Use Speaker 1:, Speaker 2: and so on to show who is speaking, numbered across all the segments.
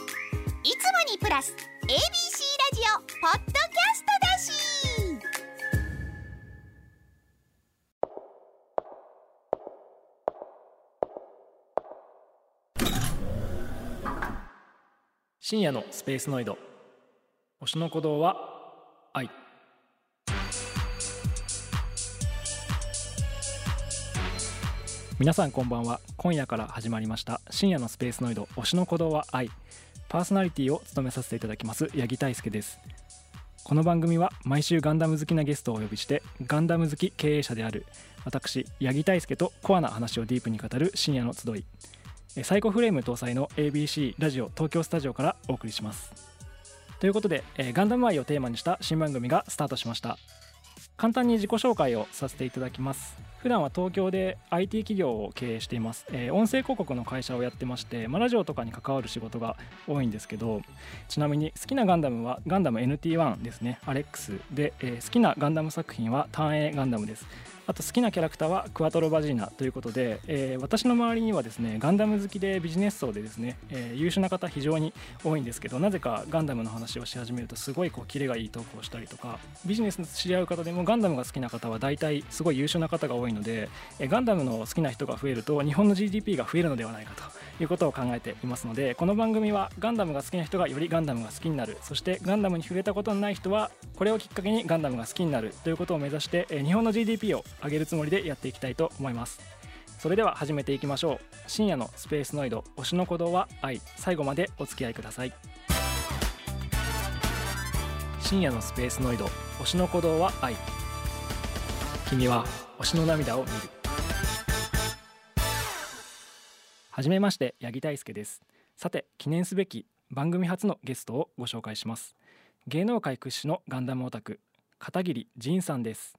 Speaker 1: いつもにプラス ABC ラジオポッドキャストだし
Speaker 2: 深夜のスペースノイド星の鼓動は愛皆さんこんばんは今夜から始まりました深夜のスペースノイド星の鼓動は愛パーソナリティを務めさせていただきます八木大輔ですこの番組は毎週ガンダム好きなゲストをお呼びしてガンダム好き経営者である私八木大輔とコアな話をディープに語る深夜の集いえーサイコフレーム搭載の ABC ラジオ東京スタジオからお送りしますということで、えーガンダム愛をテーマにした新番組がスタートしました簡単に自己紹介をさせていただきます普段は東京で IT 企業を経営しています、えー音声広告の会社をやってまして、まあ、ラジオとかに関わる仕事が多いんですけどちなみに好きなガンダムはガンダム NT1 ですねアレックスで、えー好きなガンダム作品は単影ガンダムですあと好きなキャラクターはクワトロバジーナということで、えー私の周りにはですねガンダム好きでビジネス層でですね、えー優秀な方非常に多いんですけどなぜかガンダムの話をし始めるとすごいこうキレがいいトークをしたりとかビジネスの知り合う方でもガンダムが好きな方は大体すごい優秀な方が多いので、えーガンダムの好きな人が増えると日本の GDP が増えるのではないかということを考えていますのでこの番組はガンダムが好きな人がよりガンダムが好きになるそしてガンダムに触れたことのない人はこれをきっかけにガンダムが好きになるということを目指してえー日本の GDP を上げるつもりでやっていきたいと思いますそれでは始めていきましょう深夜のスペースノイド推しの鼓動は愛最後までお付き合いください深夜のスペースノイド推しの鼓動は愛君は推しの涙を見るはじめまして八木大輔ですさて記念すべき番組初のゲストをご紹介します芸能界屈指のガンダムオタク片桐仁さんです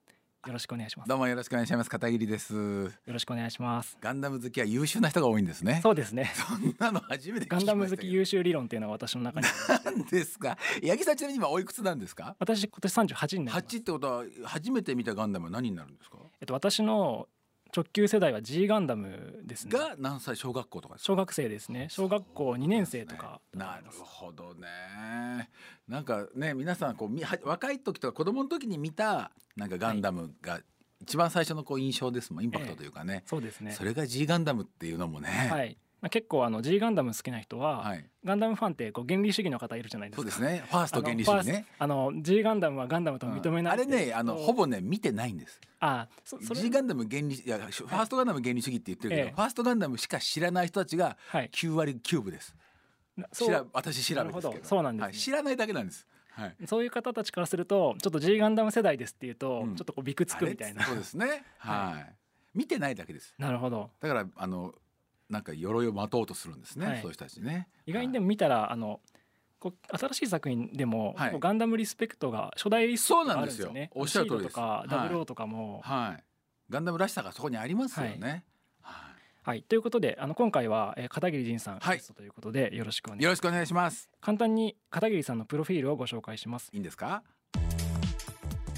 Speaker 2: よろしくお願いします
Speaker 3: どうもよろしくお願いします片桐です
Speaker 2: よろしくお願いします
Speaker 3: ガンダム好きは優秀な人が多いんですね
Speaker 2: そうですね
Speaker 3: そんなの初めて聞き
Speaker 2: ガ
Speaker 3: ま
Speaker 2: ン
Speaker 3: した
Speaker 2: ダ
Speaker 3: けど
Speaker 2: ム好き優秀理論っていうのは私の 中に
Speaker 3: なんですか八木さんちなみに今おいくつなんですか
Speaker 2: 私今年38になります
Speaker 3: 八ってことは初めて見たガンダムは何になるんですか
Speaker 2: えっと、私の直球世代は G ガンダムですね
Speaker 3: が何歳小学校とかですか
Speaker 2: 小学生ですね小学校2年生とか
Speaker 3: ねなるほどねなんかね皆さんこうみは若い時とか子供の時に見たなんかガンダムが一番最初のこう印象ですもんインパクトというかね、
Speaker 2: そうですね
Speaker 3: それが G ガンダムっていうのもね、
Speaker 2: はいまあ結構あの G ガンダム好きな人は、
Speaker 3: はい
Speaker 2: ガンダムファンってこう原理主義の方いるじゃないです
Speaker 3: そ
Speaker 2: か
Speaker 3: うですねファース
Speaker 2: あ
Speaker 3: ト
Speaker 2: の
Speaker 3: 原理主義
Speaker 2: ファー
Speaker 3: ね
Speaker 2: スあの G ガンダムはガンダムと認めない、
Speaker 3: あれねあのほ
Speaker 2: ぼ
Speaker 3: ぼね見てないんです
Speaker 2: あそそれ
Speaker 3: G ガンダム原理いやファーストガンダム原理主義って言ってるけど、
Speaker 2: ええ
Speaker 3: ファーストガンダムしか知らない人たちが
Speaker 2: はい
Speaker 3: 9割キューブです、
Speaker 2: な
Speaker 3: 知ら私調べです
Speaker 2: なるほ
Speaker 3: けど
Speaker 2: どそうなんですね
Speaker 3: はい、知らないだけなんです、はい、
Speaker 2: そういう方たちからするとちょっと G ガンダム世代ですっていうと、
Speaker 3: うん
Speaker 2: ちょっとこうびくつくみたい
Speaker 3: あ
Speaker 2: な
Speaker 3: れそうですねはい、見てないだけです
Speaker 2: なるほど
Speaker 3: だからあのなんか鎧をまとうとするんですね、
Speaker 2: はい
Speaker 3: そういう人たちね
Speaker 2: 意外にで
Speaker 3: も、
Speaker 2: も見たら、あのこう新しい作品でも、
Speaker 3: はい
Speaker 2: こうガンダムリスペクトが初代リスペクトがあるんですよ
Speaker 3: そうなんで
Speaker 2: ね
Speaker 3: すよおっしゃる通りです
Speaker 2: シードとか
Speaker 3: は
Speaker 2: ダ
Speaker 3: い
Speaker 2: ブルオーとかも、はい
Speaker 3: はいはい、ガンダムらしさがそこにありますよね、はい
Speaker 2: ということであの今回は、えー片桐仁さん
Speaker 3: はい
Speaker 2: ゲストということで、よろしくお願いし
Speaker 3: よ
Speaker 2: ます
Speaker 3: ろしくお願いします
Speaker 2: 簡単に片桐さんのプロフィールをご紹介します
Speaker 3: いいんですか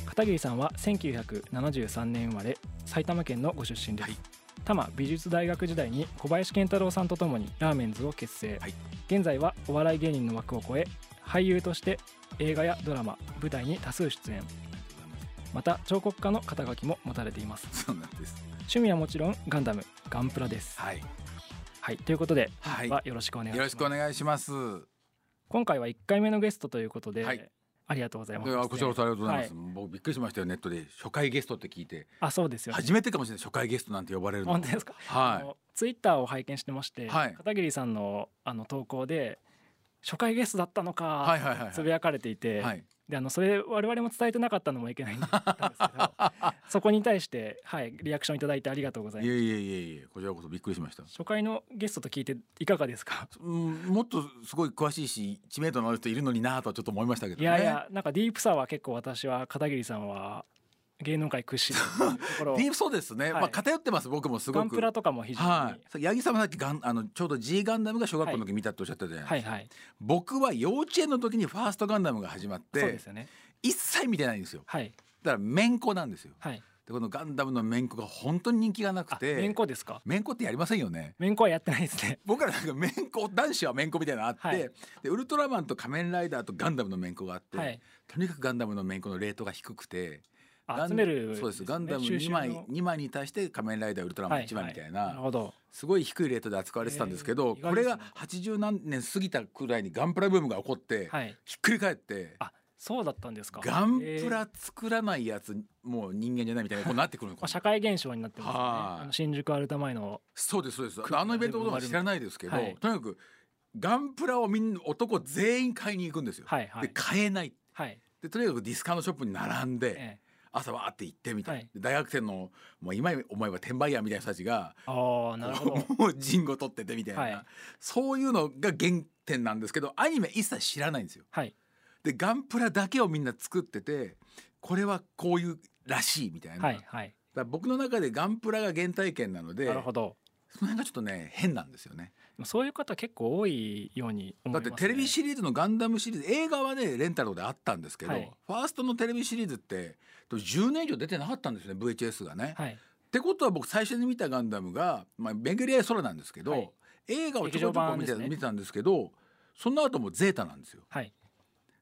Speaker 2: 片桐さんは1973年生まれ埼玉県のご出身です、
Speaker 3: はい
Speaker 2: 多摩美術大学時代に小林健太郎さんと共にラーメンズを結成、
Speaker 3: はい
Speaker 2: 現在はお笑い芸人の枠を超え俳優として映画やドラマ舞台に多数出演また彫刻家の肩書きも持たれています
Speaker 3: そうなんです
Speaker 2: 趣味はもちろんガンダムガンプラですはい、
Speaker 3: はい、
Speaker 2: ということで、
Speaker 3: はい、
Speaker 2: は
Speaker 3: よ
Speaker 2: よろしくお願いします
Speaker 3: ろしくお願いします
Speaker 2: 今回は1回目のゲストということで、
Speaker 3: はい
Speaker 2: ありがとうございます、
Speaker 3: いやこちらこそありがとうございます、僕びっくりしましたよネットで初回ゲストって聞いて
Speaker 2: あそうですよね、
Speaker 3: 初めてかもしれない初回ゲストなんて呼ばれるの
Speaker 2: 本当ですか、あ
Speaker 3: は
Speaker 2: のツイッターを拝見してまして、
Speaker 3: はい
Speaker 2: 片桐さんのあの投稿で初回ゲストだったのか、
Speaker 3: いはいはいはい
Speaker 2: つぶやかれていて、
Speaker 3: はい
Speaker 2: であのそれ我々も伝えてなかったのもいけないんだったんですけ どそこに対して、はい、リアクションいただいてありがとうござい
Speaker 3: い
Speaker 2: ます
Speaker 3: えいえいえいえこちらこそびっくりしました
Speaker 2: 初回のゲストと聞いていかがですか
Speaker 3: うんもっとすごい詳しいし知名度のある人いるのになぁとはちょっと思いましたけど
Speaker 2: い
Speaker 3: ね
Speaker 2: やいやなんかディープさは結構私は片桐さんは芸能界屈指のところ
Speaker 3: ディープそうですね、
Speaker 2: はい
Speaker 3: まあ偏ってます僕もすごく
Speaker 2: ガンプラとかも非常に、
Speaker 3: は、
Speaker 2: はい
Speaker 3: さ八木さんはさっきガンあのちょうど G ガンダムが小学校の時見たっておっしゃったじゃない
Speaker 2: い、
Speaker 3: ですか、
Speaker 2: はいはい
Speaker 3: 僕は幼稚園の時にファーストガンダムが始まっ
Speaker 2: そう
Speaker 3: て、
Speaker 2: ですよね
Speaker 3: 一切見てないんですよ
Speaker 2: はい
Speaker 3: だから面子なんですよ
Speaker 2: はい
Speaker 3: でこのガンダムの面子が本当に人気がなく
Speaker 2: あ、
Speaker 3: て
Speaker 2: めんこですか。
Speaker 3: 面子ってやりませんよね
Speaker 2: めんこはやってないですね。
Speaker 3: 僕らなんか面子男子は面子みたいなのあって、
Speaker 2: はい
Speaker 3: でウルトラマンと仮面ライダーとガンダムの面子があっ て、
Speaker 2: はい。
Speaker 3: とにかくガンダムの面子のレートが低くてガ
Speaker 2: あ
Speaker 3: ン
Speaker 2: 集める、
Speaker 3: そうですガンダム
Speaker 2: 収集
Speaker 3: 2
Speaker 2: の
Speaker 3: 枚2枚に対して仮面ライダーウルトラマン1枚みたいな、
Speaker 2: なるほど。
Speaker 3: すごい低いレートで扱われてたんですけど、
Speaker 2: えー
Speaker 3: これ
Speaker 2: 意
Speaker 3: が
Speaker 2: 外ですね
Speaker 3: 80何年過ぎたくらいにガンプラブームが起こって、
Speaker 2: はい。
Speaker 3: ひっくり返って
Speaker 2: あ、そうだったんですか。
Speaker 3: ガン
Speaker 2: え
Speaker 3: プ
Speaker 2: ー
Speaker 3: ラ作らないやつもう人間じゃないみたいなことになってくるの
Speaker 2: まあ、
Speaker 3: か
Speaker 2: 社会現象になってますよね。
Speaker 3: はい
Speaker 2: あの新宿アルタ前の
Speaker 3: そうですそうです
Speaker 2: く
Speaker 3: あのイベントのことは知らないですけど、
Speaker 2: はい
Speaker 3: とにかくガンプラをみんな男全員買いに行くんですよ。
Speaker 2: はいは
Speaker 3: で
Speaker 2: い
Speaker 3: 買えない
Speaker 2: はい。
Speaker 3: でとにかくディスカウントショップに並んで、
Speaker 2: ええ
Speaker 3: 朝わーって行ってみたいな、
Speaker 2: はい
Speaker 3: で大学生のもう今思えば転売ヤーみたいな人たちが
Speaker 2: ああなるほど。
Speaker 3: もう人語取っててみたいな、
Speaker 2: はい
Speaker 3: そういうのが原点なんですけどアニメ一切知らないんですよ。
Speaker 2: はい
Speaker 3: でガンプラだけをみんな作っててこれはこういうらしいみたいな、
Speaker 2: はい
Speaker 3: だか
Speaker 2: はい。
Speaker 3: ら僕の中でガンプラが原体験なので
Speaker 2: なるほど。
Speaker 3: その辺がちょっとね変なんですよね
Speaker 2: でもそういう方結構多いように思
Speaker 3: だ
Speaker 2: います、
Speaker 3: って
Speaker 2: ね。
Speaker 3: テレビシリーズのガンダムシリーズ映画はねレンタルとかであったんですけど、
Speaker 2: はい
Speaker 3: ファーストのテレビシリーズって10年以上出てなかったんですよね VHS がね。
Speaker 2: はい
Speaker 3: ってことは僕最初に見たガンダムが「まあ、巡り合い空」なんですけど、
Speaker 2: はい
Speaker 3: 映画をちょこち
Speaker 2: 劇場
Speaker 3: ょこ見
Speaker 2: 版で
Speaker 3: て,、
Speaker 2: すね
Speaker 3: 見てたんですけどその後もゼータなんですよ。だか
Speaker 2: はい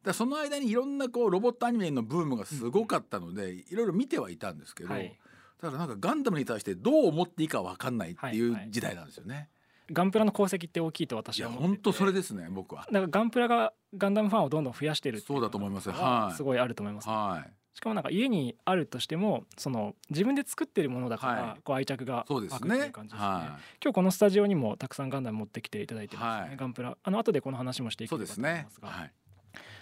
Speaker 3: らその間にいろんなこうロボットアニメのブームがすごかったので、いろいろ見てはいたんですけど、
Speaker 2: はい。
Speaker 3: ただなんかガンダムに対してどう思っていいかわかんないってい
Speaker 2: はいは
Speaker 3: う
Speaker 2: い
Speaker 3: 時代なんですよね。
Speaker 2: ガンプラの功績って大きいと私はい思
Speaker 3: や
Speaker 2: ってて。
Speaker 3: 本当それですね僕は。
Speaker 2: だからガンプラがガンダムファンをどんどん増やしてるって
Speaker 3: そうだと思います
Speaker 2: ことが
Speaker 3: はい
Speaker 2: すごいあると思います、
Speaker 3: はい
Speaker 2: しかもなんか家にあるとしてもその自分で作ってるものだから、
Speaker 3: はい
Speaker 2: こう愛着が
Speaker 3: そう
Speaker 2: 湧
Speaker 3: です
Speaker 2: くってい
Speaker 3: ね
Speaker 2: う感じですね
Speaker 3: は
Speaker 2: 今日このスタジオにもたくさんガンダム持ってきていただいてますね、
Speaker 3: はい
Speaker 2: ガンプラあの後でこの話もして
Speaker 3: い
Speaker 2: いけ
Speaker 3: そう
Speaker 2: れば
Speaker 3: で
Speaker 2: と
Speaker 3: す
Speaker 2: 思い
Speaker 3: ね
Speaker 2: ますが
Speaker 3: はい、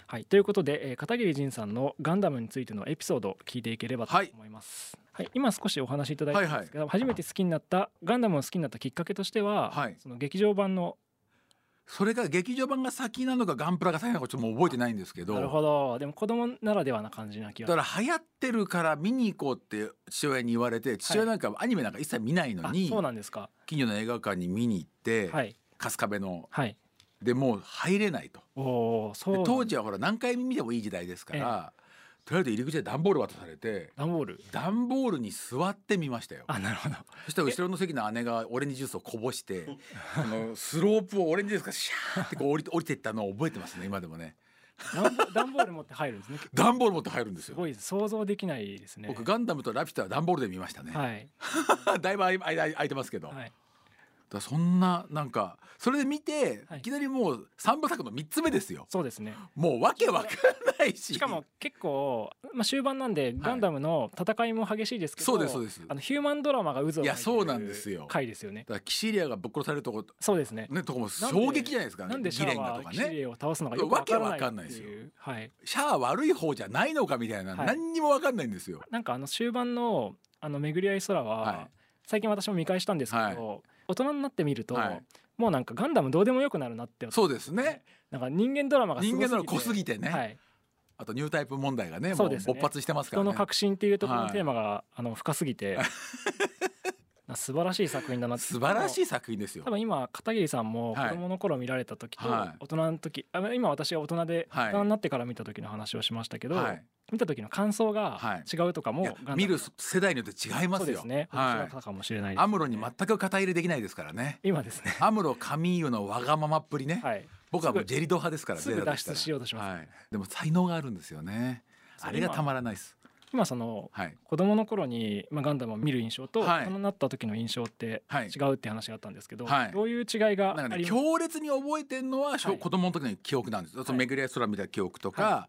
Speaker 2: はい、ということで、えー片桐仁さんのガンダムについてのエピソードを聞いていければと
Speaker 3: はい
Speaker 2: 思います、はい今少しお話しいただいたんですけど、初めて好きになったガンダムを好きになったきっかけとしては、
Speaker 3: はい
Speaker 2: その劇場版の
Speaker 3: それが劇場版が先なのかガンプラが先なのかちょっともう覚えてないんですけど
Speaker 2: なるほどでも子供ならではな感じな気が
Speaker 3: だから流行ってるから見に行こうって父親に言われて父親なんかアニメなんか一切見ないの
Speaker 2: あ
Speaker 3: に、
Speaker 2: そうなんですか
Speaker 3: 近所の映画館に見に行って、
Speaker 2: はい
Speaker 3: 春日部の
Speaker 2: はい
Speaker 3: でもう入れないと
Speaker 2: おおそう
Speaker 3: で
Speaker 2: なんだ
Speaker 3: 当時はほら何回見てもいい時代ですから、とりあえず入り口で段ボール渡されて
Speaker 2: 段ボール
Speaker 3: 段ボールに座ってみましたよ
Speaker 2: あなるほど
Speaker 3: そしたら後ろの席の姉がオレンジジュースをこぼしてあのスロープをオレンジジュースがシャーってこう降りて降りていったのを覚えてますね今でもね
Speaker 2: 段ボ段ボール持って入るんですね
Speaker 3: 段ボール持って入るんです
Speaker 2: す
Speaker 3: よ
Speaker 2: ごいです想像できないですね
Speaker 3: 僕ガンダムとラピュタは段ボールで見ましたね、
Speaker 2: はい、
Speaker 3: だいぶ間間空いてますけど、
Speaker 2: はい、
Speaker 3: だからそんななんかそれで見て、、
Speaker 2: はいい
Speaker 3: きなりもう三部作の三つ目ですよ
Speaker 2: そうですね
Speaker 3: もうわけわかんないし
Speaker 2: しかも結構、まあ、終盤なんでガンダムの戦いも激しいですけど、
Speaker 3: そうですそうです
Speaker 2: あ
Speaker 3: だか
Speaker 2: のヒューマンドラマが渦を巻いてる
Speaker 3: いやそうなんですよ
Speaker 2: 回ですよね
Speaker 3: らキシリアがぶっ殺されるとこ
Speaker 2: そうですね
Speaker 3: ねとこも
Speaker 2: なん
Speaker 3: 衝撃じゃないですか、ね、
Speaker 2: なんでシャア
Speaker 3: ギレン
Speaker 2: は
Speaker 3: がとか
Speaker 2: キシ
Speaker 3: ね
Speaker 2: リを倒すのがよくわからない
Speaker 3: わけわかんないです
Speaker 2: ってい
Speaker 3: よ
Speaker 2: うはい
Speaker 3: シャア悪い方じゃないのかみたいな、
Speaker 2: はい
Speaker 3: 何にもわかんないんですよ
Speaker 2: なんかあの終盤の「あの巡り合い空は」
Speaker 3: はい
Speaker 2: 最近私も見返したんですけど、
Speaker 3: はい
Speaker 2: 大人になってみると、
Speaker 3: はい
Speaker 2: もうなんかガンダムどうでもよくなるなって
Speaker 3: そうですね
Speaker 2: なんか人間ドラマがす
Speaker 3: 人
Speaker 2: ごすぎて
Speaker 3: 間なら濃すぎてね、
Speaker 2: はい、
Speaker 3: あとニュータイプ問題がね
Speaker 2: そう
Speaker 3: もう
Speaker 2: ですね
Speaker 3: 勃発してますから
Speaker 2: 人
Speaker 3: ね
Speaker 2: の革新っていうところ
Speaker 3: は
Speaker 2: の
Speaker 3: い
Speaker 2: テーマが、あの深すぎ てな素晴らしい作品だなって
Speaker 3: 素晴らし
Speaker 2: い
Speaker 3: い作品ですよ
Speaker 2: 多分今片桐さんも
Speaker 3: は
Speaker 2: 子
Speaker 3: い
Speaker 2: 供の頃見られた時と
Speaker 3: はい
Speaker 2: 大人の時、あ今私が大人で
Speaker 3: はい
Speaker 2: 大人になってから見た時の話をしましたけど、
Speaker 3: はい
Speaker 2: 見た時の感想
Speaker 3: は
Speaker 2: が
Speaker 3: い
Speaker 2: 違うとかも
Speaker 3: い
Speaker 2: ガ
Speaker 3: や
Speaker 2: ンダム
Speaker 3: 見る世代によって違いますよ
Speaker 2: そうですね、
Speaker 3: は
Speaker 2: 面白
Speaker 3: い
Speaker 2: かったかもしれないですね
Speaker 3: アムロに全く肩入れできないですからね。
Speaker 2: 今ですね
Speaker 3: アムロカミーユのわがままっぷりね。
Speaker 2: はい
Speaker 3: 僕はもうジェリド派ですから。
Speaker 2: すぐ
Speaker 3: ゼータとた
Speaker 2: 脱出しようとします
Speaker 3: はい。でも才能があるんですよね。
Speaker 2: そう
Speaker 3: あれがたまらないです。
Speaker 2: 今その
Speaker 3: はい。
Speaker 2: 子供の頃に、まあ、ガンダムを見る印象と、
Speaker 3: は
Speaker 2: 大
Speaker 3: い
Speaker 2: 人になった時の印象って
Speaker 3: はい
Speaker 2: 違うって話があったんですけど、
Speaker 3: はい
Speaker 2: どういう違いが
Speaker 3: なん
Speaker 2: あ
Speaker 3: か
Speaker 2: り
Speaker 3: ね
Speaker 2: ます
Speaker 3: 強烈に覚えてるのは、小
Speaker 2: はい
Speaker 3: 子供の時の記憶なんです。その巡り合い空みたいな記憶とか、
Speaker 2: は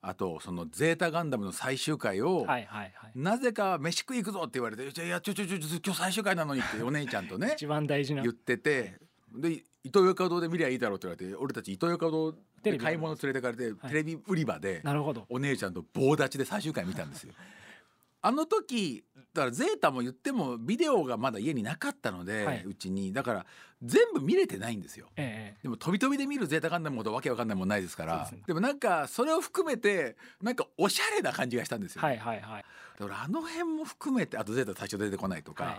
Speaker 3: あとそのゼータガンダムの最終回を。
Speaker 2: はいはいはい、
Speaker 3: なぜか飯食い行くぞって言われて「いやいやちょちょちょちょ今日最終回なのに」ってお姉ちゃんとね
Speaker 2: 一番大事な
Speaker 3: 言っててで伊東洋華堂で見りゃいいだろうって言われて俺たち伊東洋華堂
Speaker 2: テレ
Speaker 3: で
Speaker 2: ビ
Speaker 3: 買い物連れてかれて
Speaker 2: はい
Speaker 3: テレビ売り場で
Speaker 2: なるほど
Speaker 3: お姉ちゃんと棒立ちで最終回見た んですよ。あの時だからゼータも言ってもビデオがまだ家になかったので、
Speaker 2: はいう
Speaker 3: ちにだから全部見れてないんですよ。
Speaker 2: ええ
Speaker 3: でも飛び飛びで見るゼータガンダムほどわけわかんないもんないですから
Speaker 2: そうで
Speaker 3: です
Speaker 2: ね
Speaker 3: もなんかそれを含めてなんかおしゃれな感じがしたんですよ、
Speaker 2: はいはいはい
Speaker 3: だからあの辺も含めてあとゼータ最初出てこないとか,、
Speaker 2: はい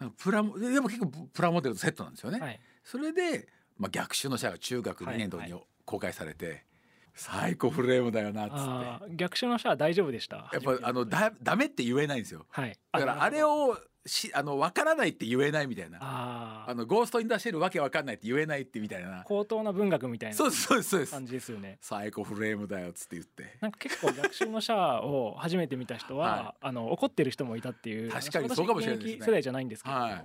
Speaker 3: なんかプラモでも結構プラモデルとセットなんですよね、
Speaker 2: はい
Speaker 3: それで、まあ、逆襲のシャアが中学2年度
Speaker 2: はい
Speaker 3: に公開されて、最高フレームだよなっつっ
Speaker 2: あー逆襲のシャア大丈夫でした
Speaker 3: てやっぱあのだダメって言えないんですよ
Speaker 2: はい
Speaker 3: だからあれをしあの分からないって言えないみたいな
Speaker 2: あ
Speaker 3: あ
Speaker 2: あ
Speaker 3: のゴーストインダシェルわけわかんないって言えないってみたいな
Speaker 2: 高等な文学みたいな
Speaker 3: そうですそうですそうです
Speaker 2: 感じですよね
Speaker 3: サイコフレームだよっつって言って
Speaker 2: なんか結構逆襲のシャアを初めて見た人は、
Speaker 3: は
Speaker 2: あの怒ってる人もいたっていう
Speaker 3: 確かにそうかもしれないです
Speaker 2: 私
Speaker 3: ね
Speaker 2: 現役世代じゃないんですけど、
Speaker 3: は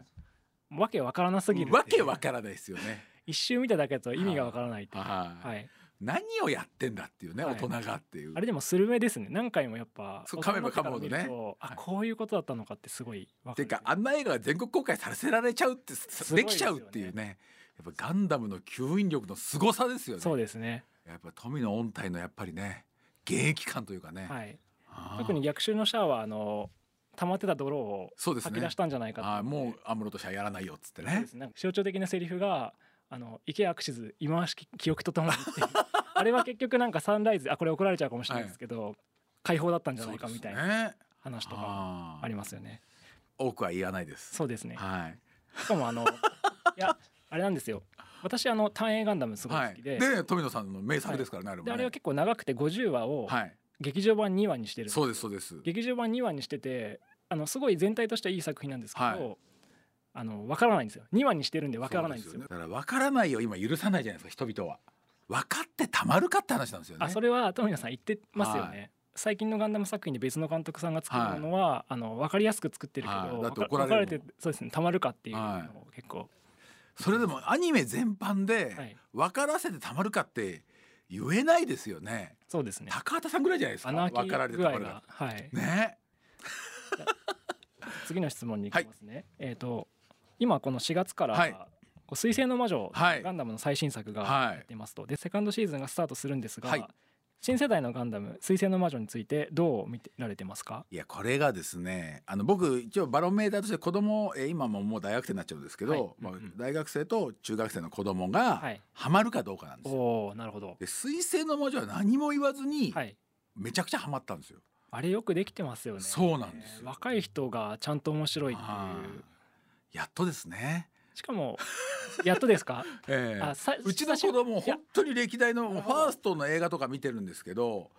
Speaker 2: わけわからなすぎる
Speaker 3: わけわ
Speaker 2: ら
Speaker 3: からないですよね
Speaker 2: 一周見ただけだと意味がわからないっていう、
Speaker 3: はい、
Speaker 2: はい、
Speaker 3: 何をやってんだっていうね、
Speaker 2: はい
Speaker 3: 大人がっていう
Speaker 2: あれでもスルメですね何回もやっぱ
Speaker 3: そう噛めば噛むほどね
Speaker 2: 大人の方から見るとあ
Speaker 3: はい
Speaker 2: こういうことだったのかってすごいわ
Speaker 3: て
Speaker 2: か
Speaker 3: いう
Speaker 2: る
Speaker 3: かあんな映画が全国公開させられちゃうってさ
Speaker 2: すごい
Speaker 3: で
Speaker 2: で
Speaker 3: き
Speaker 2: す
Speaker 3: ちゃ
Speaker 2: よね
Speaker 3: うっていうねやっぱガンダムの吸引力の凄さですよね
Speaker 2: そうですね、
Speaker 3: やっぱ富野音体のやっぱりね現役感というかね、
Speaker 2: はい、
Speaker 3: あー
Speaker 2: 特に逆襲のシャアはあの溜まってた泥を
Speaker 3: そうです
Speaker 2: 吐き
Speaker 3: ね
Speaker 2: 出したんじゃないかっ
Speaker 3: あー
Speaker 2: てい
Speaker 3: もう安室としてはやらないよっつって
Speaker 2: そう
Speaker 3: ね
Speaker 2: ですなんか象徴的なセリフが「あの池アクシズ忌まわしき記憶とともに」 っていうあれは結局なんかサンライズあこれ怒られちゃうかもしれないですけど、解放だったんじゃないかみたい
Speaker 3: そう
Speaker 2: な
Speaker 3: ですね
Speaker 2: 話とか
Speaker 3: あ
Speaker 2: あり
Speaker 3: ー
Speaker 2: ますよね。
Speaker 3: 多くは言わないです
Speaker 2: そうですね
Speaker 3: はい
Speaker 2: しかもあのいやあれなんですよ私あの「単影ガンダム」すごい
Speaker 3: は
Speaker 2: 好
Speaker 3: い
Speaker 2: きで,、
Speaker 3: で富野さんの名作ですからね、あれも
Speaker 2: で
Speaker 3: ね
Speaker 2: あれは結構長くて50話を
Speaker 3: はい
Speaker 2: 劇場版2話にしてるんです
Speaker 3: そうですそうです
Speaker 2: 劇場版2話にしててあのすごい全体としてはいい作品なんですけど、
Speaker 3: はい
Speaker 2: あの分からないんですよ2話にしてるんで分からないんですよ
Speaker 3: そうねだから分からないを今許さないじゃないですか人々は分かってたまるかって話なんですよね
Speaker 2: あそれは富野さん言ってますよね、
Speaker 3: は
Speaker 2: 最近のガンダム作品で別の監督さんが作るものは、あの分かりやすく作ってるけど、
Speaker 3: はいだって
Speaker 2: わか
Speaker 3: 怒られる
Speaker 2: わかてそうですねたまるかっていうの
Speaker 3: はい
Speaker 2: を結構、
Speaker 3: それでもアニメ全般
Speaker 2: は
Speaker 3: で
Speaker 2: い
Speaker 3: 分からせてたまるかって言えないですよね
Speaker 2: そうですね
Speaker 3: 高畑さんぐらいじゃないですか
Speaker 2: 穴
Speaker 3: 分
Speaker 2: 開
Speaker 3: かられ
Speaker 2: き
Speaker 3: て
Speaker 2: 具
Speaker 3: たま
Speaker 2: 合
Speaker 3: るか
Speaker 2: が、はい、
Speaker 3: ね
Speaker 2: 次の質問に行きますね、えっ、と今この4月から、
Speaker 3: はい
Speaker 2: こう水星の魔女、
Speaker 3: はい
Speaker 2: ガンダムの最新作が
Speaker 3: はい
Speaker 2: やってますと、でセカンドシーズンがスタートするんですが、
Speaker 3: はい
Speaker 2: 新世代のガンダム水星の魔女についてどう見てられてますか
Speaker 3: いやこれがですねあの僕一応バロメーターとして子供えー今ももう大学生になっちゃうんですけど、
Speaker 2: はい
Speaker 3: まあ
Speaker 2: うんうん、
Speaker 3: 大学生と中学生の子供が
Speaker 2: はい
Speaker 3: ハマるかどうかなんですよ。
Speaker 2: おおなるほど
Speaker 3: で彗星の魔女は何も言わずに
Speaker 2: はい
Speaker 3: めちゃくちゃハマったんですよ。
Speaker 2: あれよくできてますよね
Speaker 3: そうなんですよ
Speaker 2: 若い人がちゃんと面白いっていう
Speaker 3: はいやっとですね。
Speaker 2: しかもやっとですか
Speaker 3: ええ
Speaker 2: あさ
Speaker 3: うちの子
Speaker 2: い
Speaker 3: 供
Speaker 2: や
Speaker 3: 本当に歴代のファーストの映画とか見てるんですけど